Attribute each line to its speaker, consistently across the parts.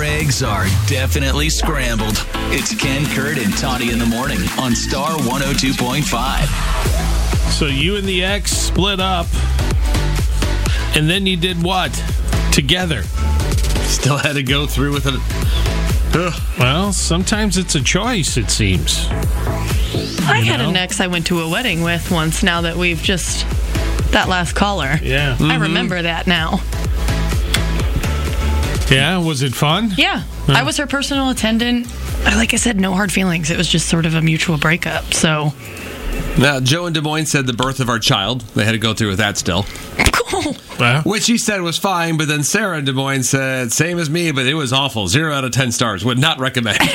Speaker 1: Eggs are definitely scrambled. It's Ken Kurt and Tawny in the morning on Star 102.5.
Speaker 2: So you and the ex split up, and then you did what? Together.
Speaker 3: Still had to go through with it. Ugh.
Speaker 2: Well, sometimes it's a choice, it seems.
Speaker 4: I had
Speaker 2: know?
Speaker 4: an ex I went to a wedding with once now that we've just, that last caller.
Speaker 2: Yeah.
Speaker 4: I remember that now.
Speaker 2: Yeah, was it fun?
Speaker 4: Yeah. I was her personal attendant. I- Like I said, no hard feelings. It was just sort of a mutual breakup. So,
Speaker 3: Now, Joe in Des Moines said the birth of our child. They had to go through with that still,
Speaker 4: cool.
Speaker 2: Well,
Speaker 3: which he said was fine. But then Sarah in Des Moines said, same as me, but it was awful. Zero out of 10 stars. Would not recommend.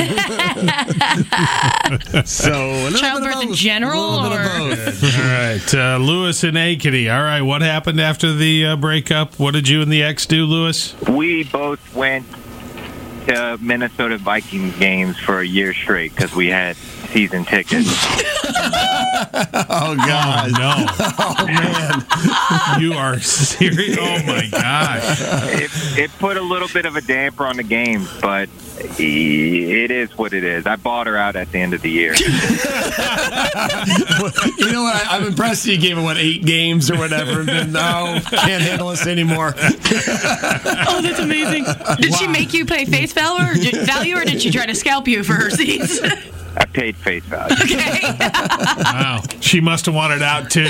Speaker 3: so, a little bit of
Speaker 4: Childbirth in
Speaker 3: both.
Speaker 4: general,
Speaker 3: A little bit of
Speaker 4: or-
Speaker 3: both.
Speaker 2: all right. Uh, Lewis and Ankeny. All right, what happened after the uh, breakup? What did you and the ex do, Lewis?
Speaker 5: We both went to Minnesota Viking games for a year straight because we had season tickets.
Speaker 3: Oh, God.
Speaker 2: No. oh, man. you are serious. Oh, my gosh.
Speaker 5: it, it put a little bit of a damper on the games, but it is what it is. I bought her out at the end of the year.
Speaker 3: You know what? I, I'm impressed you gave it, what, eight games or whatever. And then, no, can't handle us anymore.
Speaker 4: Oh, that's amazing. Did she make you pay face value or did, value, or did she try to scalp you for her seats?
Speaker 5: I paid face value.
Speaker 4: okay.
Speaker 2: Wow. She must have wanted out, too.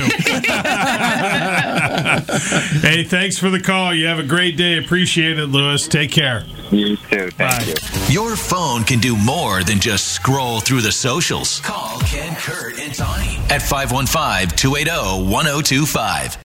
Speaker 2: hey, thanks for the call. You have a great day. Appreciate it, Lewis. Take care.
Speaker 5: You too. Thank
Speaker 2: Bye.
Speaker 5: you.
Speaker 1: Your phone can do more than just scroll through the oh, socials. Call Ken Kurt and Tawny at 515 280 1025.